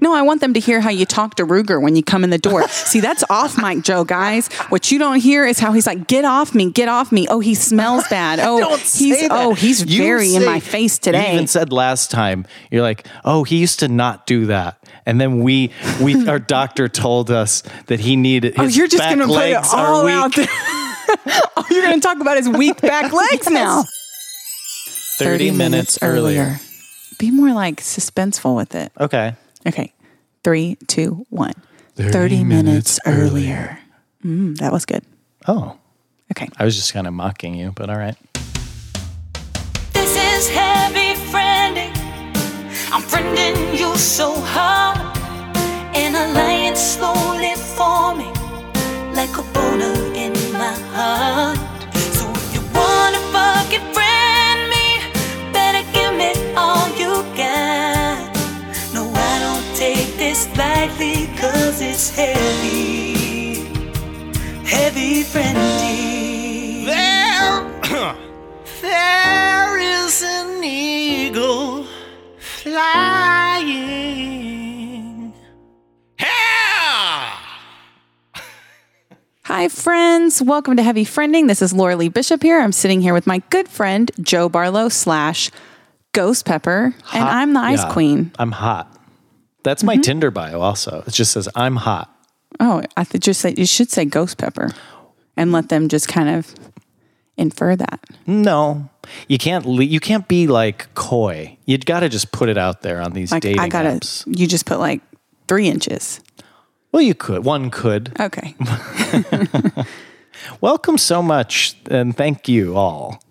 No, I want them to hear how you talk to Ruger when you come in the door. See, that's off mic, Joe, guys. What you don't hear is how he's like, "Get off me, get off me." Oh, he smells bad. Oh, Don't he's say that. oh, he's You very in say- my face You today. even said last time, you're like, oh, he used to not do that. And then we, we, our doctor told us that he needed. His oh, you're just back gonna put it legs are all weak. out there. all you're gonna talk about is weak back legs now. 30 minutes earlier. Be more like suspenseful with it. Okay. Okay. Three, two, one. 30, 30 minutes, minutes earlier. Mm, that was good. Oh, Okay. I was just kind of mocking you, but all right. This is heavy friending. I'm friending you so hard. An alliance slowly forming, like a boner in my heart. So if you wanna fucking friend me, better give me all you got. No, I don't take this lightly, cause it's heavy. Heavy friending. There, there is an eagle flying. Yeah! Hi, friends. Welcome to Heavy Friending. This is Laura Lee Bishop here. I'm sitting here with my good friend, Joe Barlow slash Ghost Pepper, and Hot- I'm the Ice yeah. Queen. Mm-hmm. I'm hot. That's my Tinder bio also. It just says, I'm hot. Oh, I th- just say, you should say Ghost Pepper and let them just kind of infer that. No, you can't. Le- you can't be like coy. You got to just put it out there on these Like, dating I gotta, apps. you just put like three inches. Well, you could. One could. Okay. Welcome so much, and thank you all.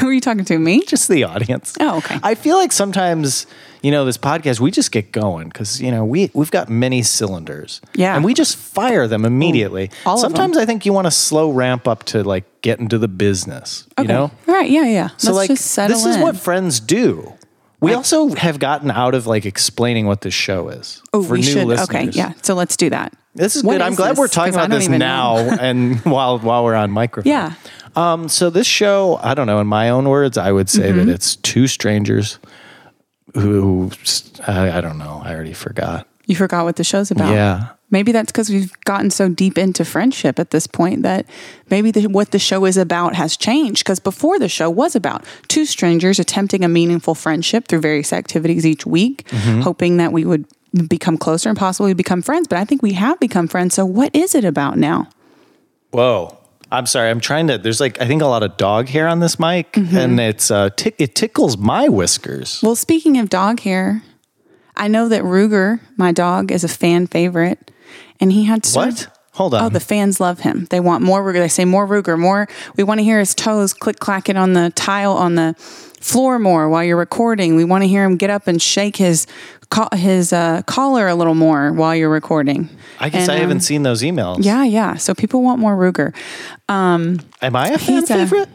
Who are you talking to? Me? Just the audience. Oh, okay. I feel like sometimes, you know, this podcast we just get going because you know we we've got many cylinders. Yeah. and we just fire them immediately. all of them. sometimes I think you want a slow ramp up to like get into the business. You know, All right. Yeah. Yeah. So Let's like just settle this is in. what friends do. We also have gotten out of like explaining what this show is Oh, for we new should. listeners. Okay, yeah. So let's do that. This is What good. I'm glad this? we're talking 'Cause I about don't this even now know. and while while we're on microphone. Yeah. Um so this show, I don't know, in my own words, I would say Mm-hmm. that it's two strangers who I, I don't know, I already forgot. You forgot what the show's about. Yeah. Maybe that's because we've gotten so deep into friendship at this point that maybe the, what the show is about has changed. Because before the show was about two strangers attempting a meaningful friendship through various activities each week, Mm-hmm. hoping that we would become closer and possibly become friends. But I think we have become friends. So what is it about now? Whoa. I'm sorry. I'm trying to. There's like I think a lot of dog hair on this mic, Mm-hmm. and it's uh, tick it tickles my whiskers. Well, speaking of dog hair, I know that Ruger, my dog, is a fan favorite, and he had started- What? Hold on. Oh, the fans love him. They want more Ruger. They say more Ruger, more. We want to hear his toes click clacking on the tile on the floor more while you're recording. We want to hear him get up and shake his co- his uh, collar a little more while you're recording. I guess And, I um, haven't seen those emails. Yeah, yeah. So people want more Ruger. Am I a fan He's uh, a- favorite?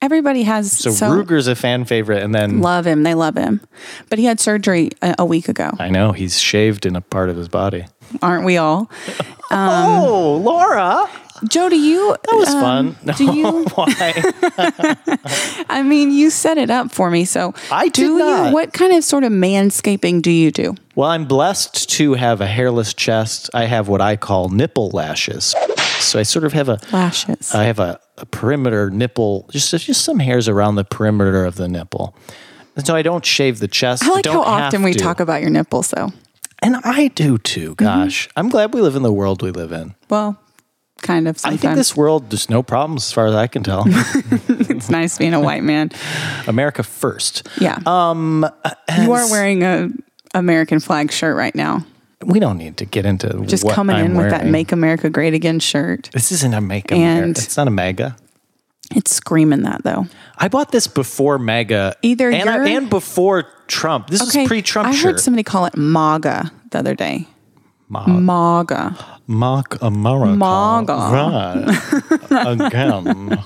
Everybody has So, so, Ruger's a fan favorite, and then love him. They love him. But he had surgery a, a week ago. I know he's shaved in a part of his body. Aren't we all? Um, oh, Laura, Joe, do you? that was fun. Do you? Why? I mean, you set it up for me. So I did do. not. You, what kind of sort of manscaping do you do? well, I'm blessed to have a hairless chest. I have what I call nipple lashes. So I sort of have a Lashes. I have a, a perimeter nipple, just just some hairs around the perimeter of the nipple. And so I don't shave the chest. I like don't how often have we to. talk Mm-hmm. about your nipples, though. and I do too. Gosh, I'm glad we live in the world we live in. Well, kind of. I Sometimes think this world there's no problems as far as I can tell. it's nice being a white man. America first. Yeah. Um, you are wearing a American flag shirt right now. We don't need to get into Just what coming I'm in with that wearing. "Make America Great Again" shirt. This isn't a make And- and it's not a mega. It's screaming that though. I bought this before mega. Either and, I- you're- and before Trump. This is pre-Trump I shirt. heard somebody call it MAGA the other day. MAGA. Mock America. Maga. Right. Again.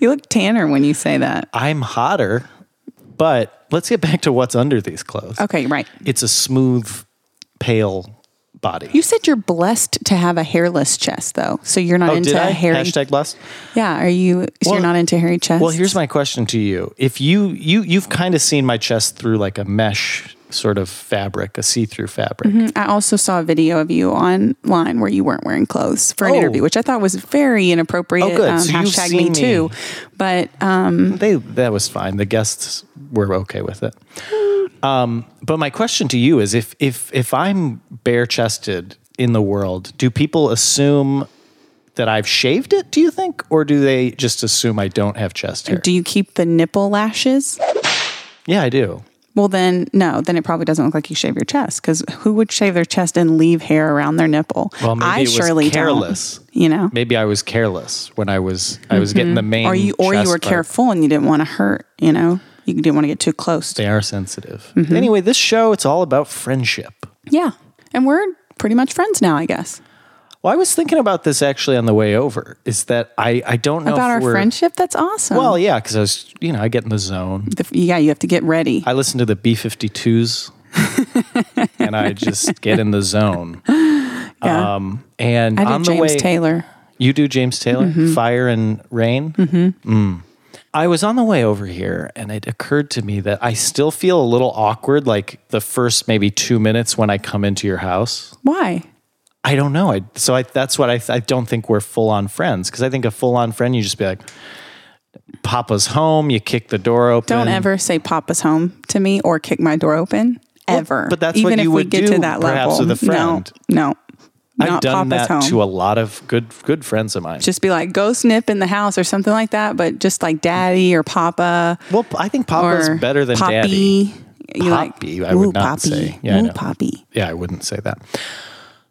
You look tanner when you say that. I'm hotter, but let's get back to what's under these clothes. Okay, right. It's a smooth, pale body. You said you're blessed to have a hairless chest, though. So you're not oh, into did I? hairy. Hashtag blessed. Yeah. Are you? So Well- you're not into hairy chest. Well, here's my question to you: If you you you've kind of seen my chest through like a mesh sort of fabric, a see-through fabric. I also saw a video of you online where you weren't wearing clothes for an Oh. interview, which I thought was very inappropriate. Oh, good. Um, So you've hashtag seen me me. too. But um, They that was fine. The guests were okay with it. Um, but my question to you is: If if if I'm bare-chested in the world, do people assume that I've shaved it? Do you think, or do they just assume I don't have chest hair? do you keep the nipple lashes? yeah, I do. Well, then no, then it probably doesn't look like you shave your chest because who would shave their chest and leave hair around their nipple? Well, maybe I it was surely careless. don't. You know, Maybe I was careless when I was I was getting the main. Mm-hmm. or you or you chest were part. careful and you didn't want to hurt. You know, you didn't want to get too close. They are sensitive. Mm-hmm. Anyway, this show it's all about friendship. Yeah, and we're pretty much friends now, I guess. Well, I was thinking about this actually on the way over. Is that I I don't know About if our we're, friendship, that's awesome. Well, yeah, because I was you know I get in the zone. The- yeah, you have to get ready. I listen to the B52s, and I just get in the zone. Yeah. Um, and I do on the James way, Taylor. Mm-hmm. You do James Taylor, Fire and Rain. Mm-hmm. I was on the way over here, and it occurred to me that I still feel a little awkward, like the first maybe two minutes when I come into your house. Why? I don't know. I, so I, that's what I, I don't think we're full on friends because I think a full on friend, you just be like, Papa's home. You kick the door open. Don't ever say Papa's home to me or kick my door open ever. but that's Even what if you we would get to do, that perhaps, level. with a friend. No, no. I've not done Papa's that home. to a lot of good good friends of mine. just be like ghost nip in the house or something like that, but just like daddy or papa well, I think Papa's or better than poppy. Daddy. You like, Poppy, I would "Ooh, poppy. not say." Yeah, I Ooh, know. poppy. Yeah, I wouldn't say that.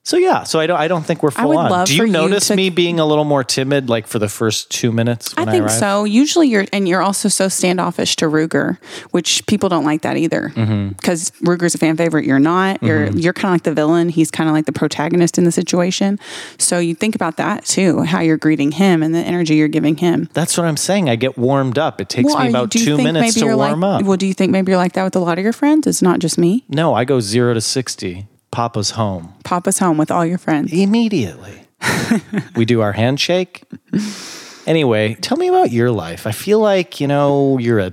So yeah, so I don't I don't think we're full would on. love Do you for you notice to- me being a little more timid like for the first two minutes when I I, think arrive? so. Usually you're, and you're also so standoffish to Ruger, which people don't like that either. Mm-hmm. Because Ruger's a fan favorite, you're not. You're you're kind of like the villain. He's kind of like the protagonist in the situation. So you think about that too, how you're greeting him and the energy you're giving him. That's what I'm saying. I get warmed up. It takes Well, are me you- about do you two think minutes maybe to you're warm like, up. Well, do you think maybe you're like that with a lot of your friends? It's not just me. no, I go zero to sixty. Papa's home Papa's home with all your friends. immediately. we do our handshake. Anyway, tell me about your life. I feel like you know you're a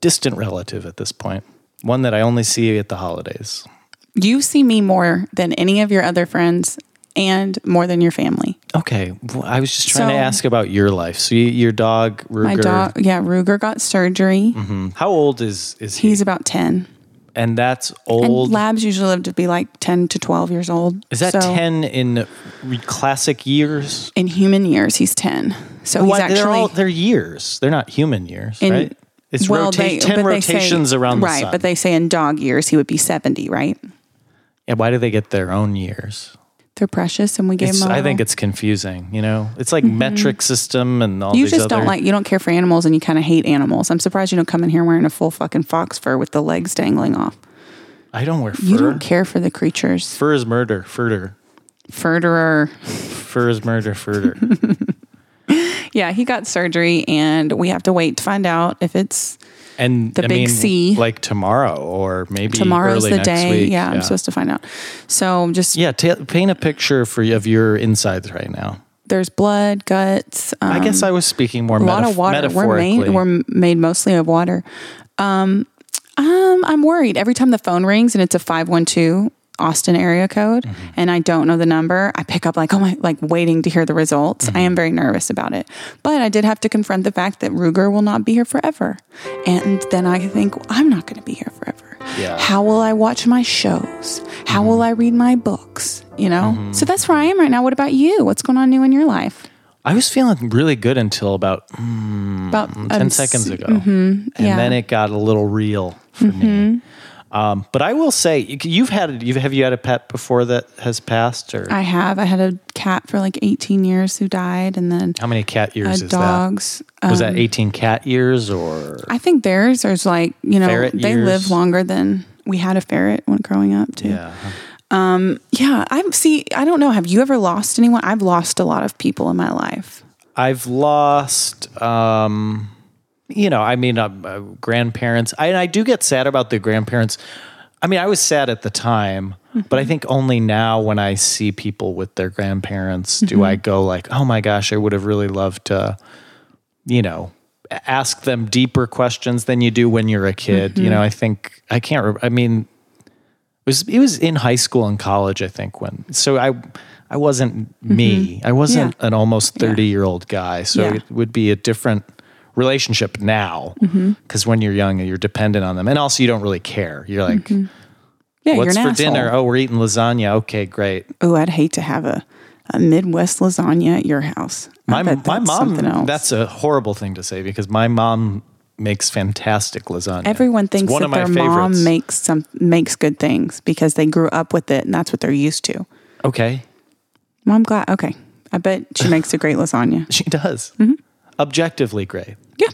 distant relative at this point, one that I only see at the holidays. You see me more than any of your other friends and more than your family. Okay, well, I was just trying to So- ask about your life. So you, your dog Ruger. Mm-hmm. My dog, yeah, Ruger got surgery. How old is is he? He's about 10. and that's And old. labs usually live to be like 10 to 12 years old. is that So, ten in re- classic years? In human years, he's 10. So Why- Oh, he's actually. they're all they're years. They're not human years, in- right? It's rota- they- ten but they say- rotations around the Right, sun. but they say in dog years, he would be 70, right? yeah, why do they get their own years? They're precious and we gave It's, them I think it's confusing. You know, it's like metric system and all. Mm-hmm. You these just other, don't like, you don't care for animals and you kind of hate animals. I'm surprised you don't come in here wearing a full fucking fox fur with the legs dangling off. I don't wear fur. You don't care for the creatures. Fur is murder. Furder. Furterer. Fur is murder. Furder. Yeah, he got surgery and we have to wait to find out if it's And The I big mean, C. like tomorrow or maybe tomorrow's early the next day. week. Yeah, I'm supposed to find out. So I'm just Yeah, ta paint a picture for you of your insides right now. there's blood, guts, um, I guess I was speaking more a lot of metaf- water. We're metaphorically. made we're made mostly of water. Um, um, I'm worried every time the phone rings and it's a five one two Austin area code, Mm-hmm. and I don't know the number. I pick up like oh my, like waiting to hear the results. Mm-hmm. I am very nervous about it, but I did have to confront the fact that Ruger will not be here forever, and then I think I'm not going to be here forever. Yeah. Mm-hmm. How will I watch my shows? How will I read my books? You know. So that's where I am right now. What about you? What's going on new in your life? I was feeling really good until about mm, About 10 um, seconds ago. And yeah. Mm-hmm. then it got a little real for me. Um, but I will say, you- you've had, you've, have you had a pet before that has passed? Or I have. I had a cat for like 18 years who died, and then how many cat I years had is dogs. that? Was Um, that 18 cat years or? I think theirs is like you know Ferret they years? live longer than we had a ferret when growing up too. yeah. yeah. I see. I don't know. Have you ever lost anyone? I've lost a lot of people in my life. I've lost, um, you know, I mean, uh, uh, grandparents. I, and I do get sad about the grandparents. I mean, I was sad at the time, But I Mm-hmm. think only now when I see people with their grandparents do Mm-hmm. I go like, "Oh my gosh, I would have really loved to you know, a- ask them deeper questions than you do when you're a kid." You Mm-hmm. know, I think I can't re- I mean it was it was in high school and college I think when. So I I wasn't me. I wasn't Mm-hmm. Yeah. an almost 30-year-old guy. So Yeah. it would be a different relationship now Mm-hmm. because when you're young you're dependent on them and also you don't really care you're like Mm-hmm. Yeah, What's you're for an asshole. dinner? Oh, we're eating lasagna. Okay, great. Oh, I'd hate to have a, a Midwest lasagna at your house. I My bet my that's mom. something else. That's a horrible thing to say because my mom makes fantastic lasagna. Everyone It's thinks one that of my their mom favorites. makes some makes good things because they grew up with it and that's what they're used to. Okay, Mom, glad. Okay, I bet she makes a great lasagna. she does. Mm-hmm. Objectively great. Yeah.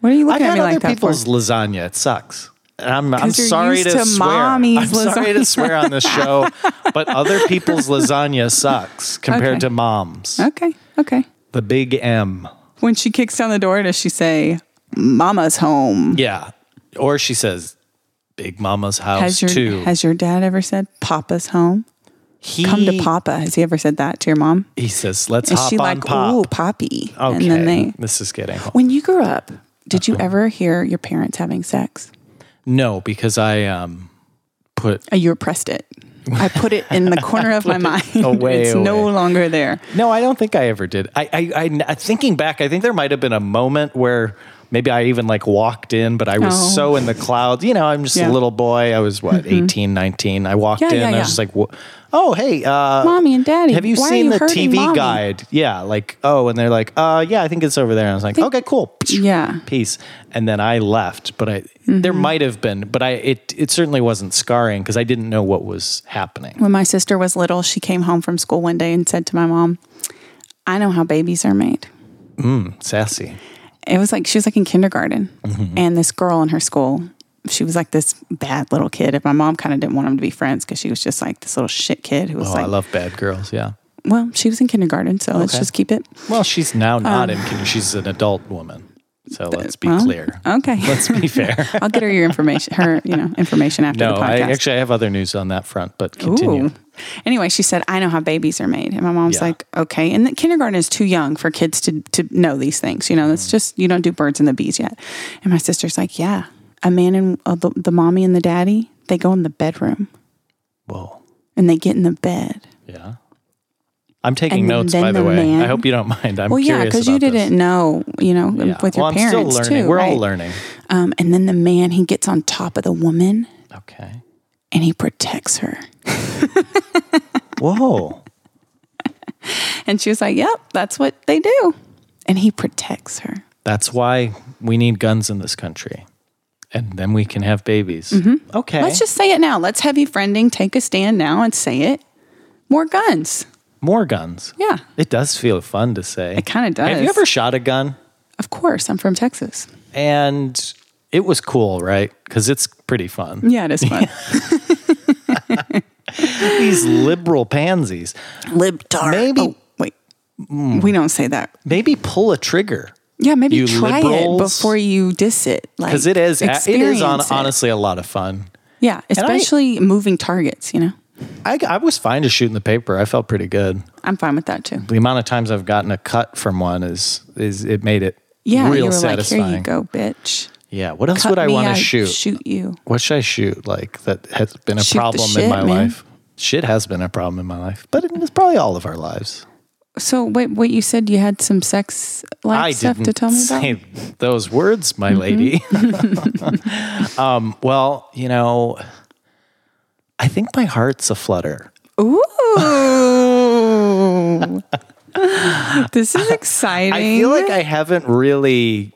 What are you I've looking at had me other like that for? people's lasagna. It sucks. And I'm, I'm 'Cause you're sorry used to, to swear. mommy's I'm sorry to lasagna. swear on this show, but other people's lasagna sucks compared Okay. to mom's. Okay. Okay. The big M. When she kicks down the door, does she say, "Mama's home"? Yeah. Or she says, "Big Mama's house Has your too." Has your dad ever said, "Papa's home"? he, Come to Papa. Has he ever said that to your mom? He says, "Let's Is hop she on like, pop." "Ooh, Poppy"? Okay, And then they. this is getting When you grew up, did you ever hear your parents having sex? no because I um put Uh, You repressed it. I put it in the corner of my mind. away, it's no away. longer there. no. I don't think I ever did. I I, I thinking back, I think there might have been a moment where maybe I even like walked in, but I was Oh. so in the clouds. You know, I'm just Yeah. Mm-hmm. a little boy. I was what 18, 19. I walked Yeah, in. yeah, I yeah. was just like, "Wha- oh hey, uh, Mommy and Daddy, Have you why are seen you the hurting TV Mommy? guide? Yeah, like oh, and they're like, uh, yeah, I think it's over there. And I was like, okay, cool. Yeah. Mm-hmm. piece and then i left but i there might have been but i it it certainly wasn't scarring because i didn't know what was happening When my sister was little, she came home from school one day and said to my mom, I know how babies are made. sassy It was like she was like in kindergarten, Mm-hmm. and this girl in her school, she was like this bad little kid. If my mom kind of didn't want them to be friends because she was just like this little shit kid who was oh like, i love bad girls yeah well, she was in kindergarten, so let's Okay. just keep it. well she's now not in kindergarten she's an adult woman so let's be Um, well, uh, clear Okay, let's be fair I'll get her your information, her you know information after no the i podcast. actually i have other news on that front but continue Ooh. Anyway, she said, I know how babies are made. And my mom's Yeah. like, okay. And the kindergarten is too young for kids to, to know these things. You know, Mm. it's just, you don't do birds and the bees yet. And my sister's like, yeah, a man and uh, the, the mommy and the daddy, they go in the bedroom whoa and they get in the bed. yeah i'm taking And then- notes then by the, the way man- i hope you don't mind i'm well, yeah, curious because you about this. didn't know, you know, Yeah. with your well, parents i'm still learning too. we're all right? learning Um, and then the man, he gets on top of the woman okay and he protects her. whoa And she was like, yep, that's what they do. And he protects her. That's why we need guns in this country. And then we can have babies. Okay. Mm-hmm. Let's just say it now. Let's heavy friending take a stand now and say it. More guns. More guns. Yeah. It does feel fun to say. It kinda Have you does. ever shot a gun? Of course, I'm from Texas. And it was cool, right? Because it's pretty fun. Yeah, it is fun. These liberal pansies. Libtard. Maybe- Oh, wait. We don't say that. Maybe pull a trigger. Yeah, maybe You try liberals. it before you diss it. Like, Because it is, it is on, experience it. honestly a lot of fun. Yeah, I- especially moving targets. You know, I, I was fine just shooting the paper. I felt pretty good. I'm fine with that too. The amount of times I've gotten a cut from one is, is it made it Yeah, real you were satisfying. like, here you go, bitch. Yeah. What else Cut would I me, want to shoot? Shoot you. what should I shoot? Like that has been a Shoot the problem shit, in my man. life. Shit has been a problem in my life, but it's probably all of our lives. So wait, what you said? You had some sex life I stuff didn't to tell me about. Mm-hmm. say those words, my lady. um, well, you know, I think my heart's a flutter. Ooh. this is exciting. I feel like I haven't really,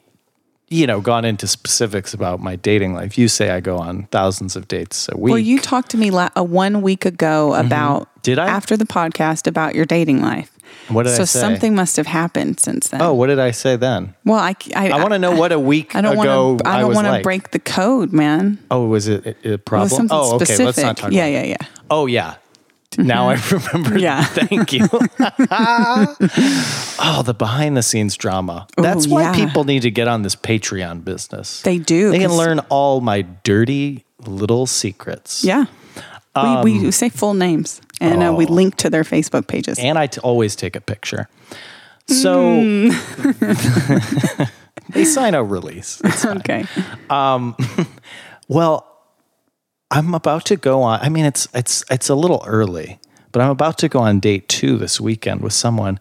you know, gone into specifics about my dating life. You say I go on thousands of dates a week. Mm-hmm. Well, you talked to me la- uh, one week ago about Did I? after the podcast about your dating life. What did I so say? something must have happened since then. oh, what did I say then? well, I I, I want to know what a week I don't ago want to. I I don't was want to like. break the code, man. Oh, was it a- a It problem? was something oh, okay. specific. Let's not talk yeah, yeah, about yeah. it. Oh, yeah. Now I remember. Yeah. Thank you. oh, the behind the scenes drama. That's why yeah. people need to get on this Patreon business. They do, They can 'cause- learn all my dirty little secrets. Yeah. we, we say full names and uh, we link to their Facebook pages. Um, oh. and I t- always take a picture. So they sign a release. okay. Well, I'm about to go on. I mean, it's it's it's a little early, but I'm about to go on date two this weekend with someone,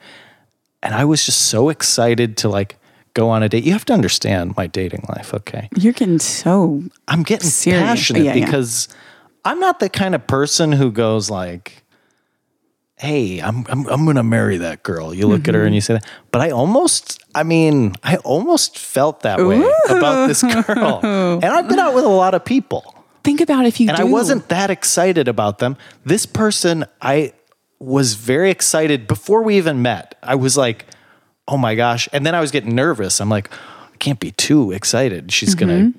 and I was just so excited to like go on a date. You have to understand my dating life, okay? You're getting so I'm getting Serious. passionate Yeah, yeah. because I'm not the kind of person who goes like, "Hey, I'm I'm, I'm going to marry that girl." You look at Mm-hmm. her and you say that, but I almost, I mean, I almost felt that way about this girl, and I've been out with a lot of people, think about if you and do. I wasn't that excited about them. This person, I was very excited before we even met. I was like, "Oh my gosh!" And then I was getting nervous. I'm like, "I can't be too excited. She's gonna, Mm-hmm.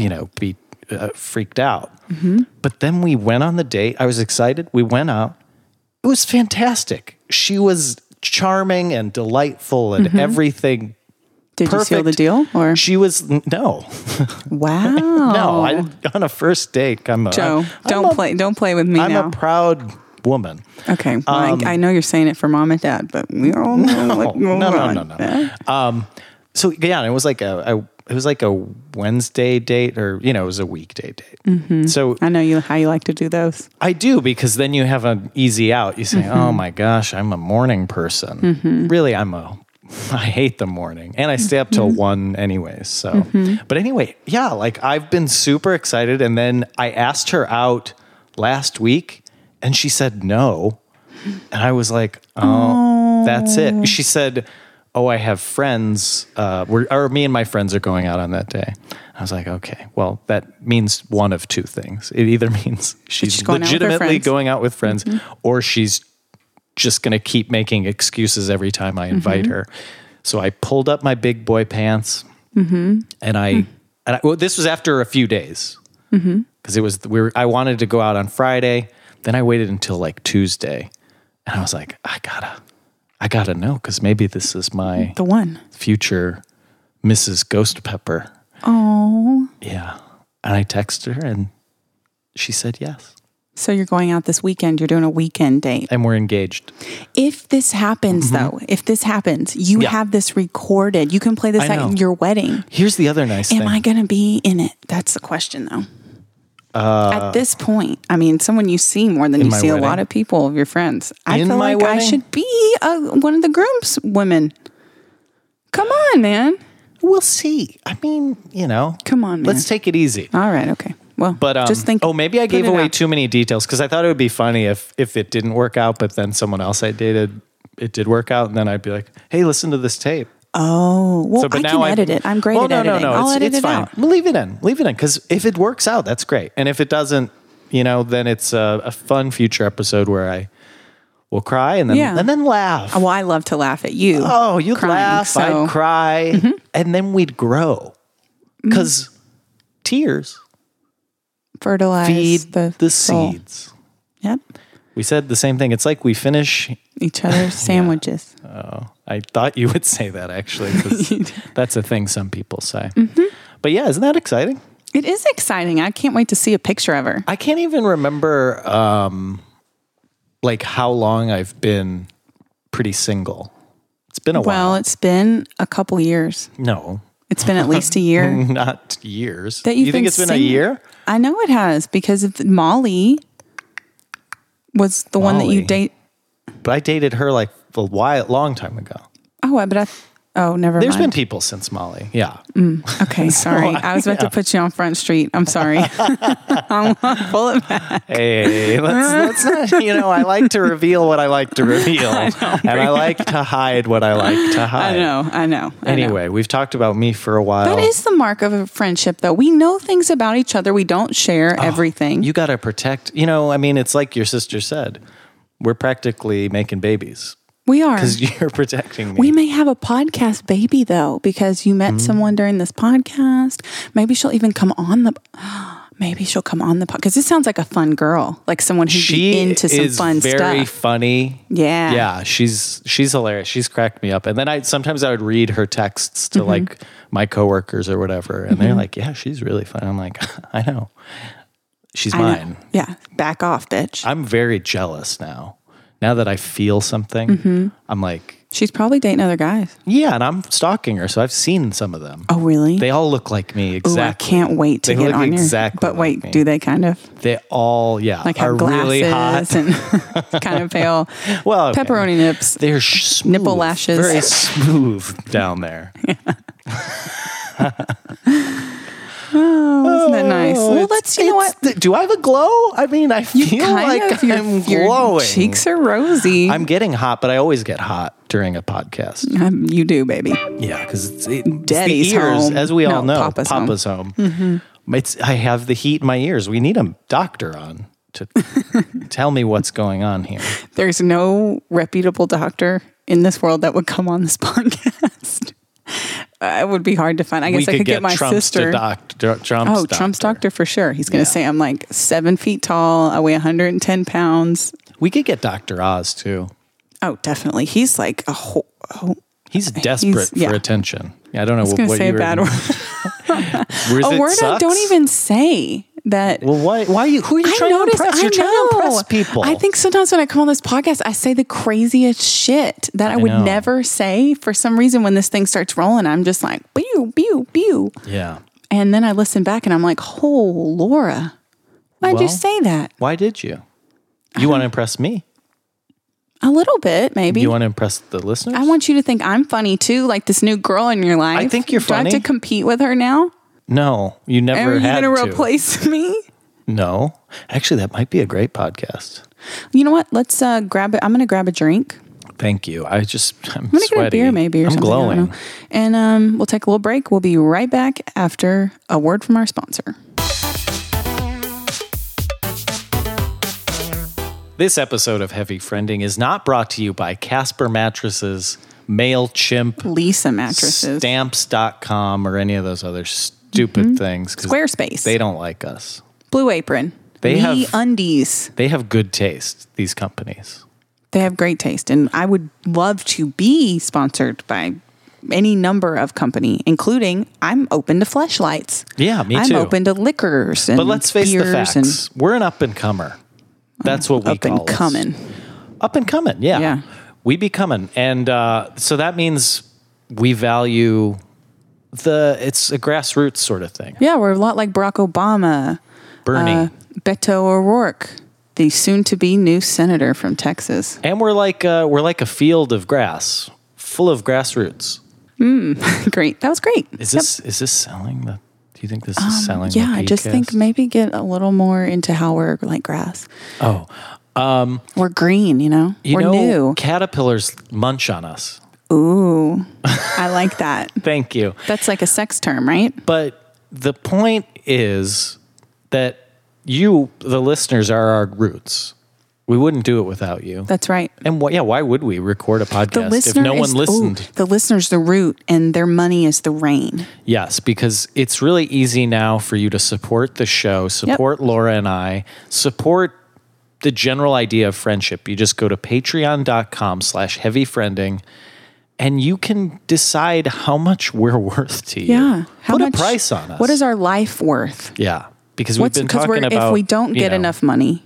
you know, be uh, freaked out." Mm-hmm. But then we went on the date. I was excited. We went out. It was fantastic. She was charming and delightful and everything. Mm-hmm. Did you seal the deal? Or she was no, wow, no. I, on a first date, I'm a, Oh. Joe, I'm don't a- play, don't play with me I'm now. a proud woman. okay, well, I- I, know you're saying it for mom and dad, but we all know. Oh, what goes no, no, on. no, no, no. Um, so yeah, it was like a, a it was like a Wednesday date, or you know, it was a weekday date. So I know you how you like to do those. I do because then you have an easy out. You say, "Oh my gosh, I'm a morning person. Really, I'm a. I hate the morning, and I stay up till one, anyways. So, but anyway, yeah, like I've been super excited, and then I asked her out last week, and she said no, and I was like, "Oh, that's it." She said, "Oh, I have friends. Uh, we're, or me and my friends are going out on that day." I was like, "Okay, well, that means one of two things. It either means she's she's going out with her legitimately friends. Mm-hmm. going out with friends, or she's just going to keep making excuses every time I invite Mm-hmm. her." So I pulled up my big boy pants, and Hmm. I and I, well, this was after a few days Mm-hmm. because it was we were, I wanted to go out on Friday. Then I waited until like Tuesday, and I was like, I gotta, I gotta know because maybe this is my The one. future Mrs. Ghost Pepper. Oh, Yeah, and I texted her, and she said yes, so you're going out this weekend. You're doing a weekend date. and we're engaged. If this happens, though, if this happens, you Mm-hmm. Yeah. have this recorded. You can play this I know. at your wedding. Here's the other nice Am thing. I going to be in it? That's the question, though. At this point, I mean, someone you see more than you Uh, my see a lot wedding? of people of your friends. I In feel my like I wedding? should be uh one of the groom's women. Come on, man. we'll see. I mean, you know, Come on, man. let's take it easy. All right, okay. Well, But um, just think. oh, maybe I put gave it away out. too many details because I thought it would be funny if if it didn't work out, but then someone else I dated it did work out, and then I'd be like, "Hey, listen to this tape." Oh, well, So, but I now can I- edit it. I'm great Well, at no, editing. No, no, I'll it's, edit it's it fine. out. Well, leave it in, leave it in, because if it works out, that's great, and if it doesn't, you know, then it's a, a fun future episode where I will cry and then Yeah. and then laugh. Well, I love to laugh at you. Oh, you crying, laugh, so- Mm-hmm. I'd cry, and then we'd grow because tears fertilize feed the, the, soul. seeds. Yep. We said the same thing. It's like we finish. Each other's sandwiches. I thought you would say that actually. 'cause that's a thing some people say. Mm-hmm. But yeah, isn't that exciting? It is exciting. I can't wait to see a picture of her. I can't even remember um, like how long I've been pretty single. It's been a Well, while. it's been a couple years. No, It's been at least a year not years. that you've you been think it's been a sing- year? I know it has because of Molly was the one that you Molly. date. But I dated her like a while, long time ago. Oh, I- but I. Oh, never There's been mind. people since Molly. Yeah. okay, sorry. I was about to put you on Front Street. I'm sorry. I'm gonna pull it back. Hey, let's, let's not, you know, I like to reveal what I like to reveal. and I like to hide what I like to hide. I know. I know. I know. Anyway, we've talked about me for a while. That is the mark of a friendship, though. We know things about each other. We don't share everything. Ah, you got to protect, you know, I mean, it's like your sister said, we're practically making babies we are. because you're protecting me. Uh. We may have a podcast baby, though, because you Mm-hmm. met someone during this podcast. Maybe she'll even come on the. Maybe she'll come on the podcast because this sounds like a fun girl, like someone who'd she be into some is fun very stuff. funny. Yeah. Yeah. She's, she's hilarious. She's cracked me up. And then I, sometimes I would read her texts Mm-hmm. to like my coworkers or whatever. And they're like, yeah, she's really funny. I'm like, I know. She's I know. mine. Yeah. Back off, bitch. I'm very jealous now. Now that I feel something, Mm-hmm. I'm like, She's probably dating other guys. yeah, and I'm stalking her, so I've seen some of them. Oh, really? They all look like me Ooh, exactly. I can't wait to they get look on exactly your. But like wait, me. do they kind of They all, yeah, like are have glasses really hot. and kind of pale? well, okay. pepperoni nips. They're sh- Nipple smooth, lashes. very smooth down there. Oh, Isn't that nice? Well, Oh, It's- let's. You know it's- what? Do I have a glow? I mean, I feel Kind like of your, I'm your glowing. cheeks are rosy. I'm getting hot, but I always get hot during a podcast. Um, you do, baby. Yeah, because it's, it, it's Daddy's the ears, home. as we all No, know. Papa's Papa's, home. Mm-hmm. home. It's I have the heat in my ears. We need a doctor on to tell me what's going on here. There's no reputable doctor in this world that would come on this podcast. Uh, it would be hard to find. I guess I could get, my Trump's sister. to doc, Tr- Trump's Oh, Trump's doctor for sure. He's going to Yeah. say I'm like seven feet tall. I weigh 110 pounds. We could get Doctor Oz too. Oh, definitely. He's like a whole. Oh, He's desperate for yeah. attention. Yeah, I don't know I was going what to say you a were bad gonna- word. Where's A it word I sucks? don't even say that. Well, why? Why are you? Who are you I trying notice. to impress? I You're know. trying to impress people. I think sometimes when I come on this podcast, I say the craziest shit that I, would know. never say. For some reason, when this thing starts rolling, I'm just like pew pew pew, Yeah. and then I listen back and I'm like, oh, Laura, why'd you Well, say that? Why did you? You want to impress me? A little bit, maybe. You want to impress the listeners? I want you to think I'm funny too, like this new girl in your life. think you're Do I funny. have to compete with her now? No, you never Are you had going to to. replace me? No, actually, that might be a great podcast. You know what? Let's uh, grab it. I'm going to grab a drink. Thank you. I just I'm, I'm gonna sweaty. get a beer maybe or I'm something. I don't glowing. know. And um, we'll take a little break. We'll be right back after a word from our sponsor. This episode of Heavy Friending is not brought to you by Casper Mattresses, Mailchimp, Lisa mattresses. Mm-hmm. Stamps.com, or any of those other stupid things. 'cause Squarespace. They don't like us. Blue Apron. They Me have- undies. They have good taste. These companies. They have great taste. And I would love to be sponsored by any number of company, including I'm open to fleshlights. Yeah, me I'm too. open to liquors and But let's face the beers and facts. We're an up and comer. That's what we up call and us. coming. up and coming. Yeah. Yeah. We be coming. And uh, so that means we value the, it's a grassroots sort of thing. Yeah, we're a lot like Barack Obama. Bernie. uh, Beto O'Rourke, the soon-to-be new senator from Texas. and we're like, uh, we're like a field of grass full of grassroots. great, that was great. Is this, is this selling the, do you think this is selling? the Um, yeah, I just think podcast? maybe get a little more into how we're like grass. Oh, We're green, you know. you we're know, new. caterpillars munch on us. Ooh, I like that. Thank you. That's like a sex term, right? But the point is that you, the listeners, are our roots. We wouldn't do it without you. That's right. And wh- yeah, why would we record a The podcast if listener no one is, ooh, listened? the listener's the root, and their money is the rain. Yes, because it's really easy now for you to support the show, support Laura and I, support the general idea of friendship. You just go to patreon.com slash heavyfriending and you can decide how much we're worth to you. Yeah. Put a price on us. What is our life worth? Yeah. Because we've What's been because we're talking about if we don't you get know, Hmm? enough money,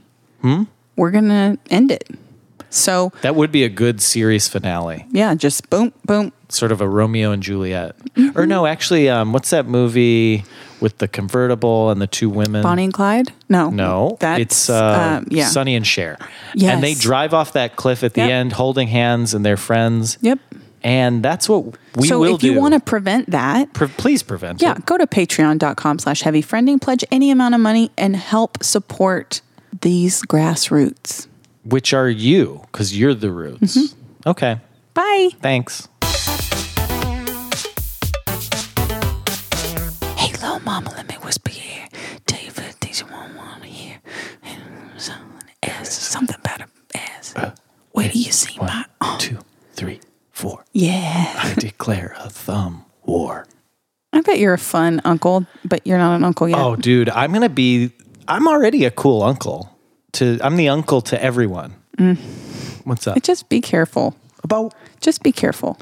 we're gonna end it. So That would be a good series finale, yeah, just boom, boom. sort of a Romeo and Juliet. Mm-hmm. Or no, actually, um, what's that movie with the convertible and the two women? Bonnie and Clyde? No, No, that's it's uh, yeah. Sonny and Cher. Yes. And they drive off that cliff at the Yep. end holding hands and they're friends. Yep. And that's what we so will if you do. want to prevent that, Pre- please prevent yeah, it. go to patreon.com slash heavy friending, pledge any amount of money and help support these grassroots. Which are you, because you're the roots. Mm-hmm. Okay. Bye. Thanks. Hey, little mama, let me whisper your ear. Tell you what things you won't want to hear. Something else, something about a ass. Uh, Where do you see my One, two, three, four. Yeah. I declare a thumb war. I bet you're a fun uncle, but you're not an uncle yet. Oh, dude, I'm gonna be. I'm already a cool uncle. To I'm the uncle to everyone. What's up? But just be careful. About Mm. Just be careful.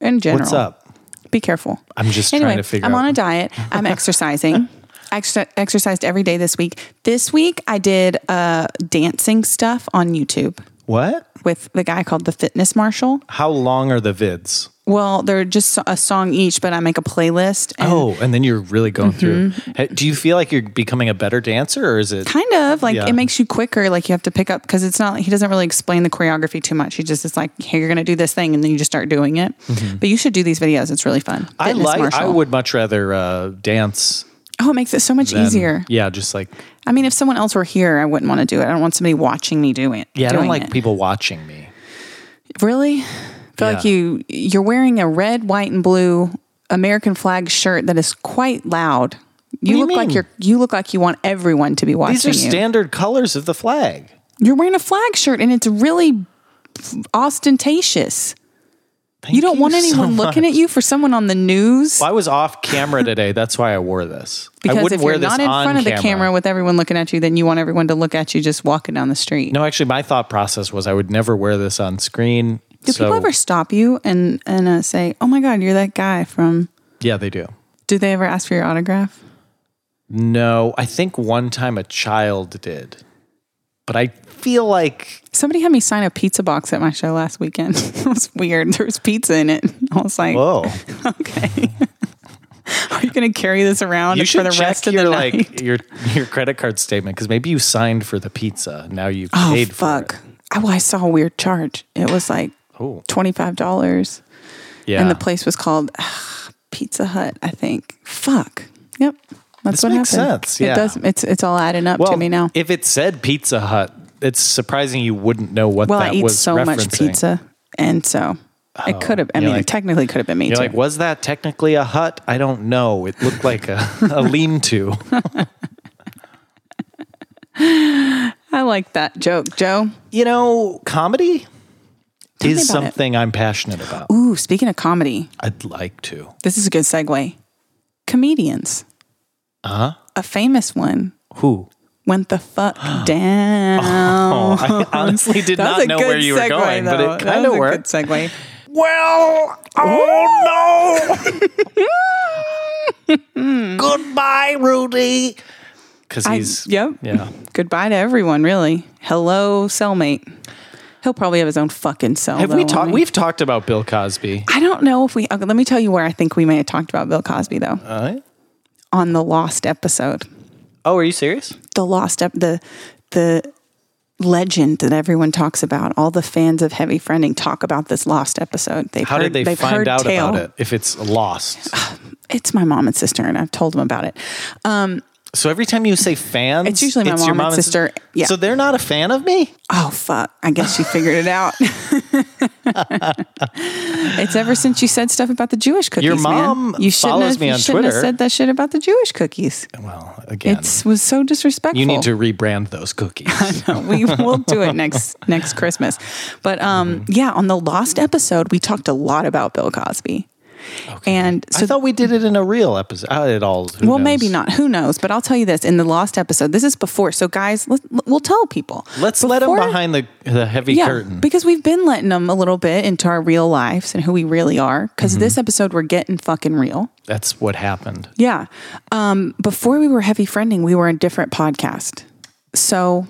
In general. what's up? Be careful. I'm just anyway, trying to figure I'm out. on a diet. I'm exercising. ex- exercised every day this week. This week, I did uh, dancing stuff on YouTube What? with the guy called the Fitness Marshal. How long are the vids? Well, they're just a song each, but I make a playlist. And Oh, and then you're really going Mm-hmm. through. Hey, Do you feel like you're becoming a better dancer, or is it? Kind of like Yeah. it makes you quicker. Like you have to pick up because it's not. He doesn't really explain the choreography too much. He just is like, "Here, you're going to do this thing," and then you just start doing it. But you should do these videos. It's really fun. Mm-hmm. I Fitness like. I Marshal. would much rather uh, dance. Oh, it makes it so much than- easier. Yeah, just like I mean, if someone else were here, I wouldn't want to do it. I don't want somebody watching me do it. yeah. I don't doing like it. people watching me. Really? I feel like Yeah. you you're wearing a red, white, and blue American flag shirt that is quite loud. You do you look like mean? you're you look like you want everyone to be watching These are you. standard colors of the flag. you're wearing a flag shirt and it's really ostentatious. Thank you don't want so anyone much. looking at you for someone on the news Well, I was off camera today. That's why I wore this. I because wouldn't if you're wear this not in on front of the camera with everyone looking at you, then you want everyone to look at you just walking down the street. no, actually, my thought process was I would never wear this on screen. Do so, people ever stop you and and uh, say, "Oh my God, you're that guy from"? Yeah, they do. Do they ever ask for your autograph? No, I think one time a child did, but I feel like Somebody had me sign a pizza box at my show last weekend. it was weird. There was pizza in it. I was like, whoa. okay. Are you going to carry this around You for should the rest check of your the night? like your your credit card statement because maybe you signed for the pizza. Now you oh, paid fuck. for it. I, well, I saw a weird charge. It was like Oh. $25. Yeah, And the place was called ah, Pizza Hut, I think. Fuck. Yep. That's This what makes happened. sense. It Yeah. does. It's, it's all adding up well, to me now. If it said Pizza Hut, it's surprising you wouldn't know what well, I that eat was. so much referencing. Oh, pizza. And so it could have, I You're mean, like- it technically could have been me You're too. like, was that technically a hut? I don't know. It looked like a, a lean-to. I like that joke, Joe. You know, comedy Tell me is about it. something I'm passionate about. Ooh, speaking of comedy, I'd like to. this is a good segue. Comedians. Uh-huh. Uh huh. A famous one Who? went the fuck down. Oh, I honestly did That was a not know good where you segue, were going, though. but it That kind of was a worked. Good segue. Well, oh no. Goodbye, Rudy. Because I- he's yep. yeah. Goodbye to everyone, really. Hello, cellmate. He'll probably have his own fucking cell. Have though, we I talked? mean. We've talked about Bill Cosby. I don't know if we. Okay, let me tell you where I think we may have talked about Bill Cosby though Uh, on the Lost episode. oh, are you serious? the lost ep- the the legend that everyone talks about. All the fans of heavy friending talk about this lost episode. They've How heard, did they they've find heard out tale. about it? If it's lost, It's my mom and sister, and I've told them about it. Um, so every time you say fans, It's usually my your mom and sis- sister. Yeah. So they're not a fan of me. oh fuck! I guess she figured it out. it's ever since you said stuff about the Jewish cookies. Your man. mom you shouldn't follows have, me you on shouldn't Have Twitter. said that shit about the Jewish cookies. Well, again, It was so disrespectful. you need to rebrand those cookies. we will do it next next Christmas. But um, Mm-hmm. yeah, on the Lost episode, we talked a lot about Bill Cosby, and so I thought we did it in a real episode. Uh, it all. who well, knows? maybe not. Who knows? But I'll tell you this: in the Lost episode, this is before. So guys, let, we'll tell people. Let's let him Before- behind the the heavy Yeah, curtain. because we've been letting them a little bit into our real lives and who we really are. Because Mm-hmm. this episode, we're getting fucking real. That's what happened. Yeah. Um, before we were heavy friending, we were a different podcast. So,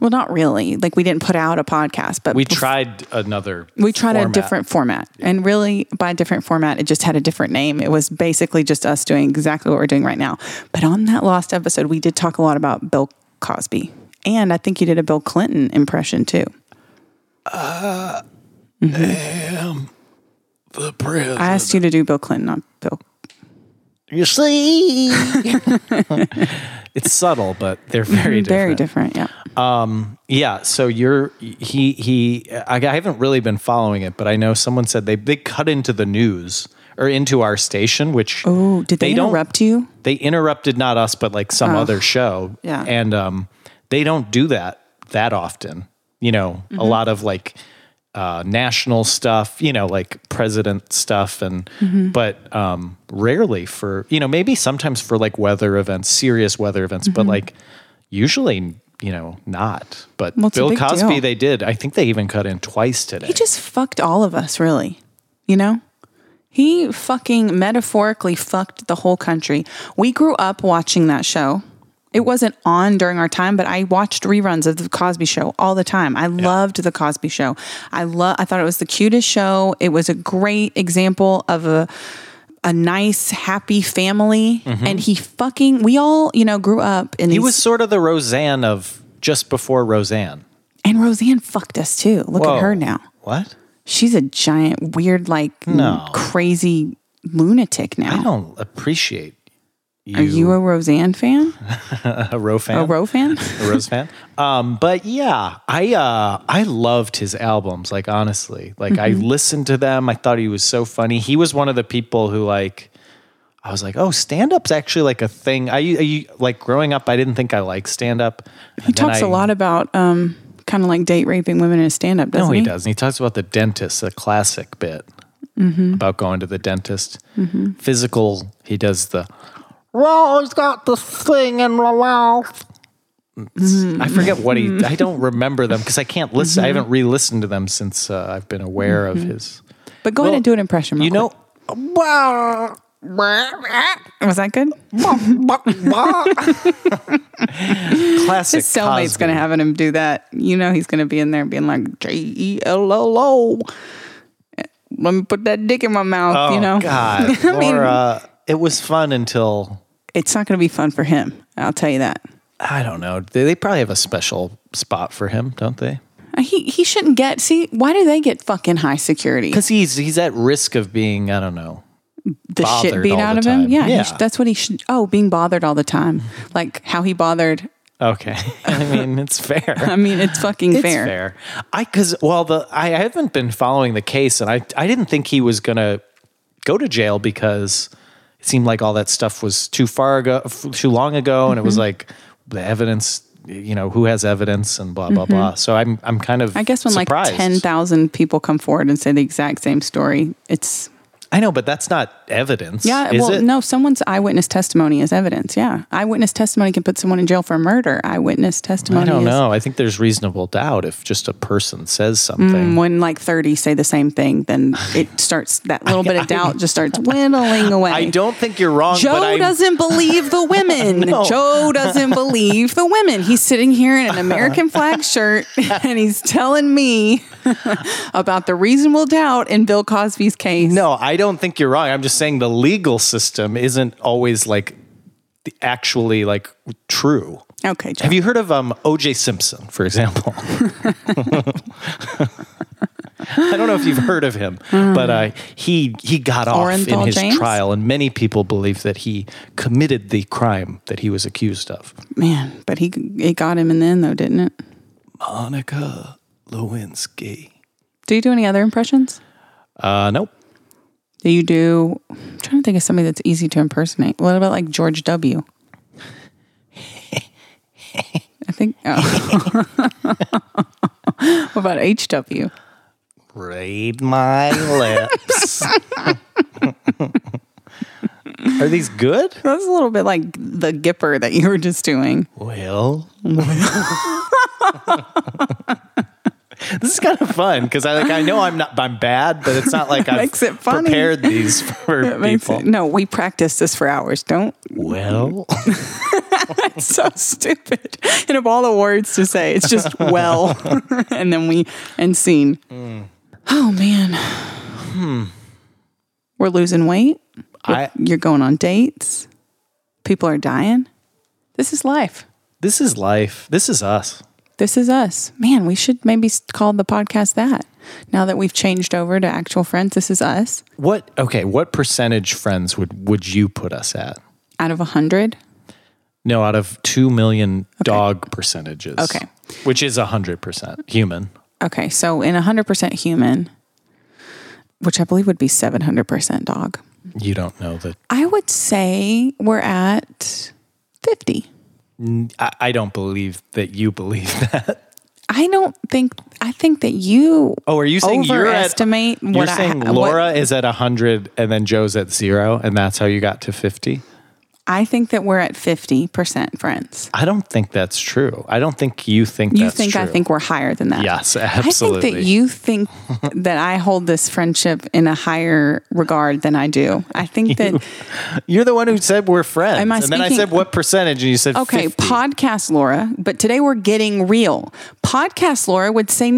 well, not really. Like we didn't put out a podcast, but Mm. We before- tried another. we tried format. a different format and really by different format it just had a different name it was basically just us doing exactly what we're doing right now but on that last episode we did talk a lot about bill cosby and i think you did a bill clinton impression too The prison. i asked you to do bill clinton not bill You see, it's subtle, but they're very different. very different yeah Yeah. So you're he he. I, I haven't really been following it, but I know someone said they they cut into the news or into our station, which oh did they, don't- interrupt you Oh. They interrupted not us, but like some other show. Yeah. And um, they don't do that that often. You know, Mm-hmm. a lot of like uh, national stuff. You know, like president stuff, and Mm-hmm. but um, rarely for you know maybe sometimes for like weather events, serious weather events, but Mm-hmm. like usually you know not. But Well, it's a Bill big Cosby, deal. they did. I think they even cut in twice today. he just fucked all of us really you know He fucking metaphorically fucked the whole country. We grew up watching that show. It wasn't on during our time, but I watched reruns of the Cosby Show all the time. I loved the Cosby Show. I love. I thought it was the cutest show. It was a great example of a a nice, happy family. And he fucking. We all, you know, grew up in. Mm-hmm. He these, was sort of the Roseanne of just before Roseanne. and Roseanne fucked us too. Look Whoa. at her now. What? She's a giant, weird, like No. crazy lunatic now. I don't appreciate you, Are you a Roseanne fan? a Roe fan. A Roe fan? a Rose fan. Um, but yeah, I uh, I loved his albums. Like honestly, like I listened to them. I thought he was so funny. He was one of the people who like I was like, oh, stand up's actually like a thing. I, I like growing up, I didn't think I liked stand up. He talks a a lot about um, kind of like date raping women in a stand up, doesn't No, he? he doesn't. He talks about the dentist, a classic bit Mm-hmm. about going to the dentist. Physical, he does the. Well, he's got the thing in my mouth. Mm-hmm. I forget what he. Mm-hmm. I don't remember them because I can't listen. I haven't re-listened to them since uh, I've been aware of Mm-hmm. his. But go ahead Well, and do an impression. real You know, quick. was that good? classic. His cellmate's Cosby. going to have him do that. You know, he's going to be in there being like J E L L O. Let me put that dick in my mouth. Oh, you know, God, uh, I mean- Laura, it was fun until it's not going to be fun for him. I'll tell you that. I don't know. They, they probably have a special spot for him, don't they? Uh, He he shouldn't get. See, why do they get fucking high security? Because he's he's at risk of being I don't know the shit bothered beat all out the of time. him. Yeah, he Yeah. sh- that's what he should. Oh, being bothered all the time, like how he bothered. Okay, I mean it's fair. I mean, it's fucking it's fair. fair. I because well the I haven't been following the case, and I I didn't think he was gonna go to jail because it seemed like all that stuff was too far ago, f- too long ago, and it Mm-hmm. was like the evidence. You know who has evidence and blah blah blah. So I'm I'm kind of Mm-hmm. I guess when surprised. like ten thousand people come forward and say the exact same story, it's I know, but that's not evidence. yeah. is well, it? no, someone's eyewitness testimony is evidence. Yeah, eyewitness testimony can put someone in jail for murder. Eyewitness testimony. I don't is, know. I think there's reasonable doubt if just a person says something. When like thirty say the same thing, then it starts that little bit of doubt just starts whittling away. I don't think you're wrong. but Joe I'm- doesn't believe the women. No. Joe doesn't believe the women. He's sitting here in an American flag shirt and he's telling me about the reasonable doubt in Bill Cosby's case. No, I don't think you're wrong. I'm just saying the legal system isn't always like the- actually like true. Okay, Joe. Have you heard of um, O.J. Simpson, for example? I don't know if you've heard of him, but uh, he he got off in Mm. Orenthal his James? trial, and many people believe that he committed the crime that he was accused of. Man, but he it got him in the end though, didn't it? Monica Lewinsky. Do you do any other impressions? Uh, nope. Do you do I'm trying to think of somebody that's easy to impersonate. What about like George W? I think oh. what about HW? Read my lips. Are these good? That's a little bit like the Gipper that you were just doing. Well, this is kind of fun because I like I know I'm not I'm bad, but it's not like I've Makes it funny. prepared these for It makes people. it- no, we practiced this for hours. Don't. Well, It's so stupid. And of all the words to say, it's just well, and then we and scene. Mm. Oh man, hmm. we're losing weight. I You're going on dates. People are dying. This is life. this is life. This is us. This is us. Man, we should maybe s- call the podcast that. Now that we've changed over to actual friends, this is us. What okay? What percentage friends would would you put us at? Out of a hundred, No, out of two million dog percentages. Okay. which is hundred percent human. Okay, so in 100% human, which I believe would be 700% dog, You don't know that. I would say we're at 50. I, I don't believe that you believe that. I don't think, I think that you Oh, are you saying you're at- overestimate what You're I saying ha- what- Laura is at 100 and then Joe's at zero, and that's how you got to 50? I think that we're at 50% friends. I don't think that's true. I don't think you think You that's think I true. think we're higher than that. Yes, I think absolutely. that you think that I hold this friendship in a higher regard than I do. I think that You're the one who said we're friends. Am I and then I speaking- said what percentage and you said Okay, 50. podcast Laura, but today we're getting real. Podcast Laura would say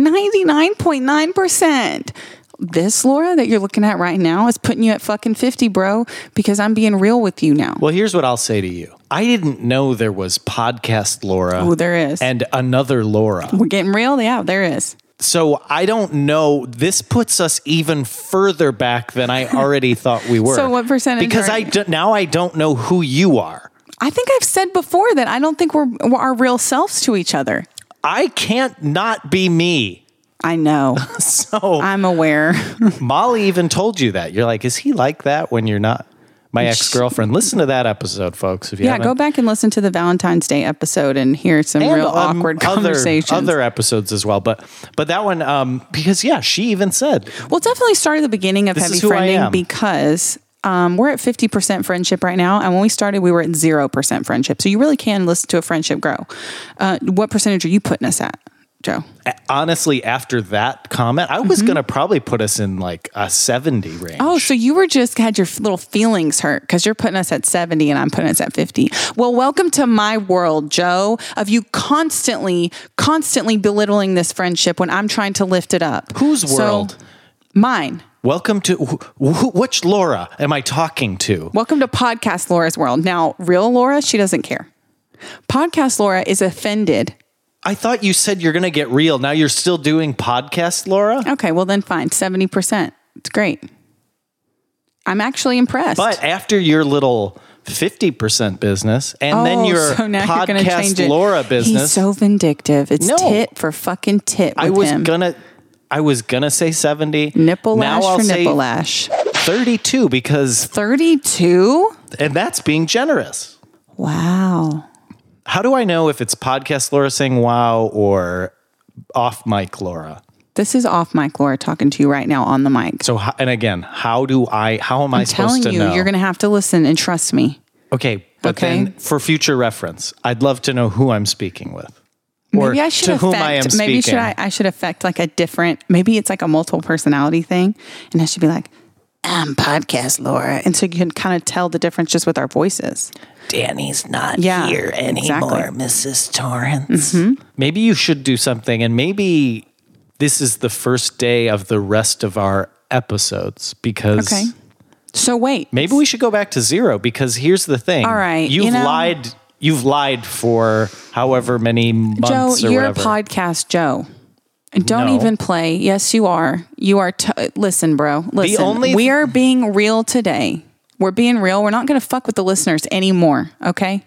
99.9%. This Laura that you're looking at right now is putting you at fucking 50, bro, because I'm being real with you now. Well, here's what I'll say to you. I didn't know there was podcast Laura. Oh, there is. And another Laura. We're getting real? Yeah, there is. So I don't know. This puts us even further back than I already thought we were. So what percentage Because are I you? do, now I don't know who you are. I think I've said before that I don't think we're, we're our real selves to each other. I can't not be me. I know. So I'm aware. Molly even told you that. You're like, is he like that when you're not? My ex girlfriend. Listen to that episode, folks. If you Yeah, haven't. go back and listen to the Valentine's Day episode and hear some And, real um, awkward other- conversations. Other, episodes as well, but but that one um, because yeah, she even said Well, definitely start at the beginning of This heavy is who I friending am. because um, we're at 50% friendship right now. And when we started, we were at 0% friendship. So you really can listen to a friendship grow. Uh, what percentage are you putting us at, Joe? a- honestly after that comment, I was gonna probably put us in like a seventy range. Mm-hmm. Oh, so you were just had your f- little feelings hurt because you're putting us at 70 and I'm putting us at 50. Well, welcome to my world, Joe, of you constantly, constantly belittling this friendship when I'm trying to lift it up. Whose So- world? mine. Welcome to wh- wh- which Laura am I talking to? Welcome to Podcast Laura's world. Now, real Laura, she doesn't care. Podcast Laura is offended. I thought you said you're gonna get real. Now you're still doing podcast, Laura. Okay, well then fine, 70%. It's great. I'm actually impressed. But after your little fifty percent business, and then Oh, your so now you're gonna podcast change it. Laura business, He's so vindictive. It's No. tit for fucking tit with I was him. gonna. I was gonna say seventy. nipple now lash I'll for say nipple lash. 32 because 32? and that's being generous Wow. how do i know if it's podcast laura saying wow or off mic laura This is off mic Laura talking to you right now on the mic. so ho- and again how do i how am i I'm telling supposed to you, know you're going to have to listen and trust me. okay but Okay. then for future reference i'd love to know who i'm speaking with maybe I should to affect, whom i am maybe speaking should I, I should affect like a different maybe it's like a multiple personality thing and I should be like I'm podcast Laura and so you can kind of tell the difference just with our voices Danny's not Yeah, here exactly. Mm-hmm. anymore, Mrs. Torrance. maybe you should do something and maybe this is the first day of the rest of our episodes because okay so wait Maybe we should go back to zero because here's the thing. All right, you've you know- lied. You've lied for however many Joe months or you're whatever. a podcast Joe and don't No. even play yes you are you are t- listen bro listen only- we are being real today we're being real we're not going to fuck with the listeners anymore okay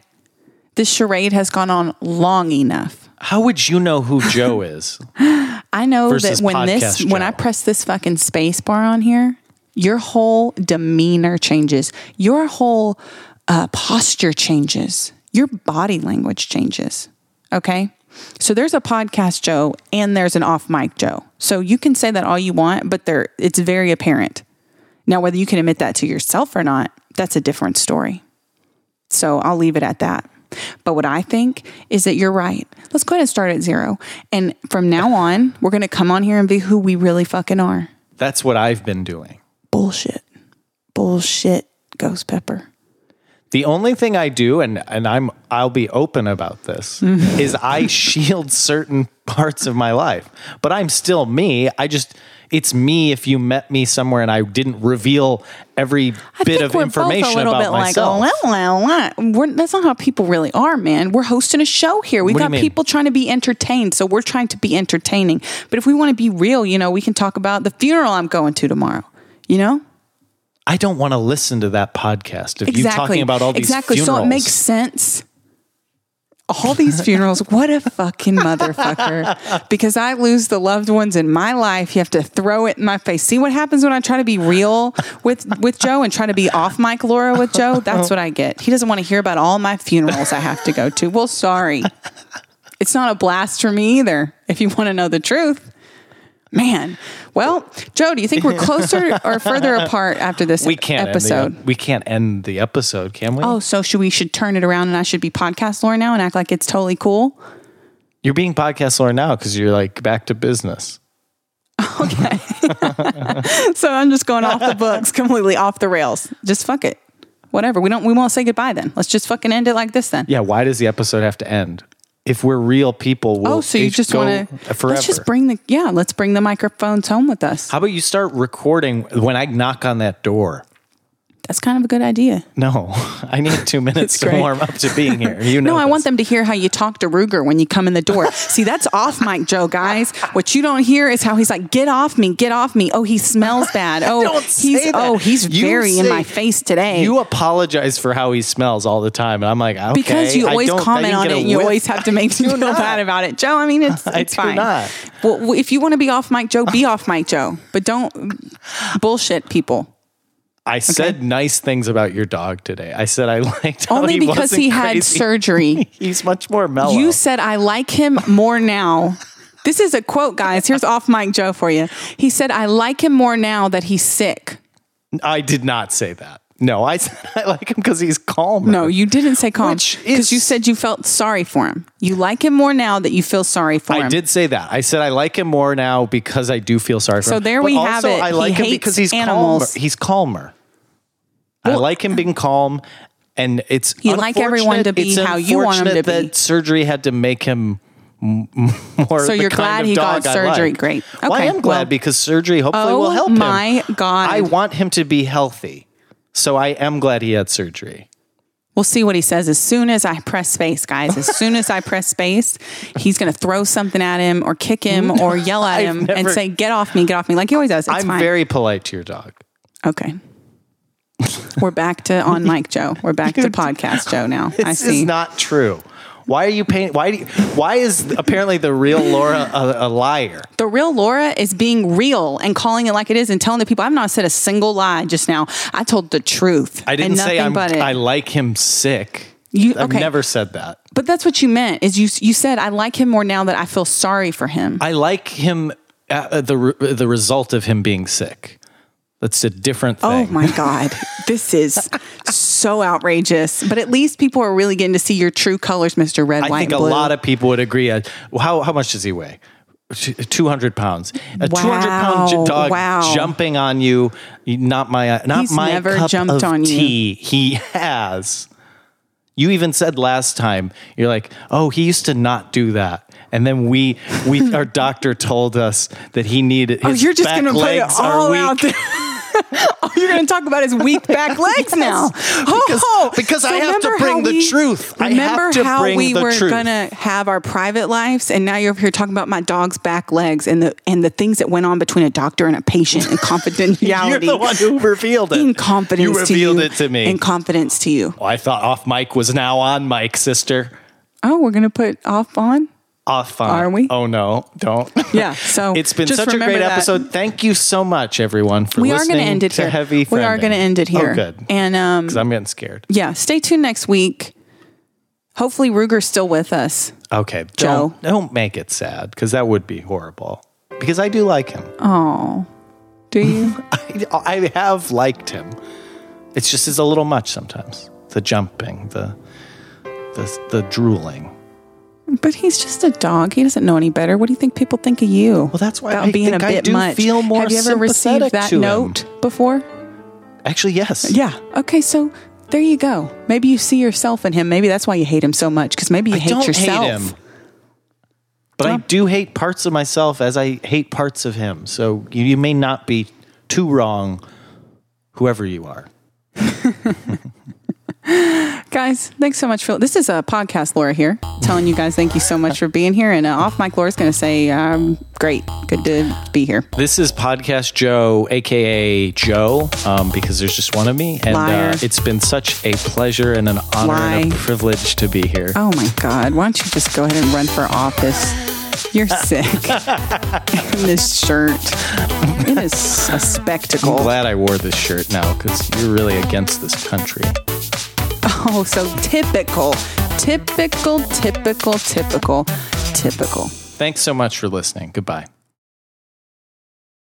this charade has gone on long enough How would you know who Joe is? I know that versus when this podcast when Joe. I press this fucking space bar on here, your whole demeanor changes. Your whole uh, posture changes. Your body language changes. Okay. So there's a podcast Joe and there's an off mic Joe. So you can say that all you want, but there it's very apparent. Now whether you can admit that to yourself or not, that's a different story. So I'll leave it at that. But what I think is that you're right. Let's go ahead and start at zero. And from now on, we're going to come on here and be who we really fucking are. That's what I've been doing. Bullshit. Bullshit, Ghost Pepper. The only thing I do, and and I'm I'll be open about this, Mm-hmm. is I shield certain parts of my life. But I'm still me. I just it's me if you met me somewhere and I didn't reveal every I bit think of we're information both a little about bit myself. like, oh, la, la, la. We're, that's not how people really are, man. We're hosting a show here. We've What do you got mean? people trying to be entertained, so we're trying to be entertaining. But if we want to be real, you know, we can talk about the funeral I'm going to tomorrow. You know, I don't want to listen to that podcast of you talking about all these exactly. funerals. So it makes sense. All these funerals, what a fucking motherfucker. Because I lose the loved ones in my life. You have to throw it in my face. See what happens when I try to be real with with Joe and try to be off mic Laura with Joe? That's what I get. He doesn't want to hear about all my funerals I have to go to. Well, sorry. It's not a blast for me either, if you want to know the truth. Man. Well, Joe, do you think we're closer or further apart after this We can't episode? End the, we can't end the episode, can we? oh, so should we should turn it around and I should be podcast lore now and act like it's totally cool? You're being podcast lore now because you're like back to business. So I'm just going off the books, completely off the rails. Just fuck it. Whatever. We don't we won't say goodbye then. Let's just fucking end it like this then. Yeah. Why does the episode have to end? If we're real people, we'll Oh, so you each just go want to forever. Let's just bring the yeah. Let's bring the microphones home with us. How about you start recording when I knock on that door? That's kind of a good idea. No, I need two minutes to great. warm up to being here. You know, No, I this. want them to hear how you talk to Ruger when you come in the door. See, that's off mic, Joe, guys. What you don't hear is how he's like, "Get off me, get off me." Oh, he smells bad. Oh, Don't say he's that. oh, he's You very in say- my face today. You apologize for how he smells all the time, and I'm like, okay, because you I always don't- I comment didn't on get it, a and you whiff. always have to make me feel not. bad about it, Joe. I mean, it's, I it's do fine. not. Well, w- if you want to be off mic, Joe, be off mic, Joe, but don't bullshit people. I said nice things about your dog today. I said I liked how Only he because wasn't he had crazy. surgery. He's much more mellow. You said I like him more now. This is a quote, guys. Here's off mic Joe for you. He said, I like him more now that he's sick. I did not say that. No, I said I like him because he's calm. No, you didn't say calm Which because you is- said you felt sorry for him. You like him more now that you feel sorry for him. I did say that. I said I like him more now because I do feel sorry for So him. there But we also, have it. I He like him hates because he's animals. calmer. He's calmer. I like him being calm, and it's You like everyone to be unfortunate- it's how you want 'em to unfortunate be. That surgery had to make him m- m- more. So the you're kind glad of he dog got I like. surgery. Great. Well, I Okay, am glad well- because surgery hopefully Oh will help him. my God. I want him to be healthy, so I am glad he had surgery. We'll see what he says as soon as I press space, guys. As soon as I press space, he's going to throw something at him or kick him or yell at I've him and never- say, Get off me, get off me. Like he always does. It's I'm fine. very polite to your dog. Okay. We're back to on mic Joe. We're back to podcast Joe now. This I is see. not true. Why are you paint? Why do you, Why is apparently the real Laura a, a liar? the real Laura is being real and calling it like it is and telling the people I've not said a single lie just now. I told the truth. I didn't and say nothing I'm, but it. I like him sick. You- I've okay. never said that. but that's what you meant is you you said I like him more now that I feel sorry for him. I like him. Uh, the re- the result of him being sick. That's a different Oh thing. my God. This is so outrageous. But at least people are really getting to see your true colors, Mr. Red, I White, think and a Blue. lot of people would agree. Uh, how how much does he weigh? Two hundred pounds. A two hundred pound Wow, j- dog wow. jumping on you. Not my uh, not He's my never cup jumped of on you. tea. He has. You even said last time you're like, oh, he used to not do that, and then we we our doctor told us that he needed. His Oh, you're just back going to put it legs are all weak. out there. Oh, you're going to talk about his weak back legs now. because- oh, because I have to remember bring how the we- truth. I have Remember to how bring we the were truth. gonna have our private lives, and now you're over here talking about my dog's back legs and the and the things that went on between a doctor and a patient and confidentiality. You're the one who revealed it. in confidence You revealed to you, it to me. In confidence to you. Oh, I thought off mic was now on mic, sister. Oh, we're gonna put off on. Off on. Are we? Oh no, don't. Yeah. So it's been just such a remember great that. episode. Thank you so much, everyone, for We are listening gonna end it to here. Heavy. we are Friending. gonna end it here. Oh, good. And um, Because I'm getting scared. yeah, stay tuned next week. Hopefully, Ruger's still with us. Okay, Joe. don't don't make it sad because that would be horrible. Because I do like him. Oh, do you? I, I have liked him. It's just is a little much sometimes. The jumping, the the the drooling. but he's just a dog. He doesn't know any better. What do you think people think of you? Well, that's why I think I do much. feel more Have you ever received sympathetic that to him. note before? Actually, yes. Yeah. Okay, so there you go. Maybe you see yourself in him. Maybe that's why you hate him so much because maybe you I hate don't yourself. hate him. But I Tom? do hate parts of myself as I hate parts of him. So you, you may not be too wrong, whoever you are. Guys, thanks so much for this is a podcast Laura here telling you guys thank you so much for being here and uh, off mic Laura's going to say um, great. Good to be here. This is Podcast Joe, aka Joe, um, because there's just one of me, and Liar. uh, it's been such a pleasure and an honor and a Lie. privilege to be here. Oh my god, why don't you just go ahead and run for office? You're sick. In this shirt. It is a I'm spectacle. glad I wore this shirt now because you're really against this country. Oh, so typical. Typical, typical, typical, typical. Thanks so much for listening. Goodbye.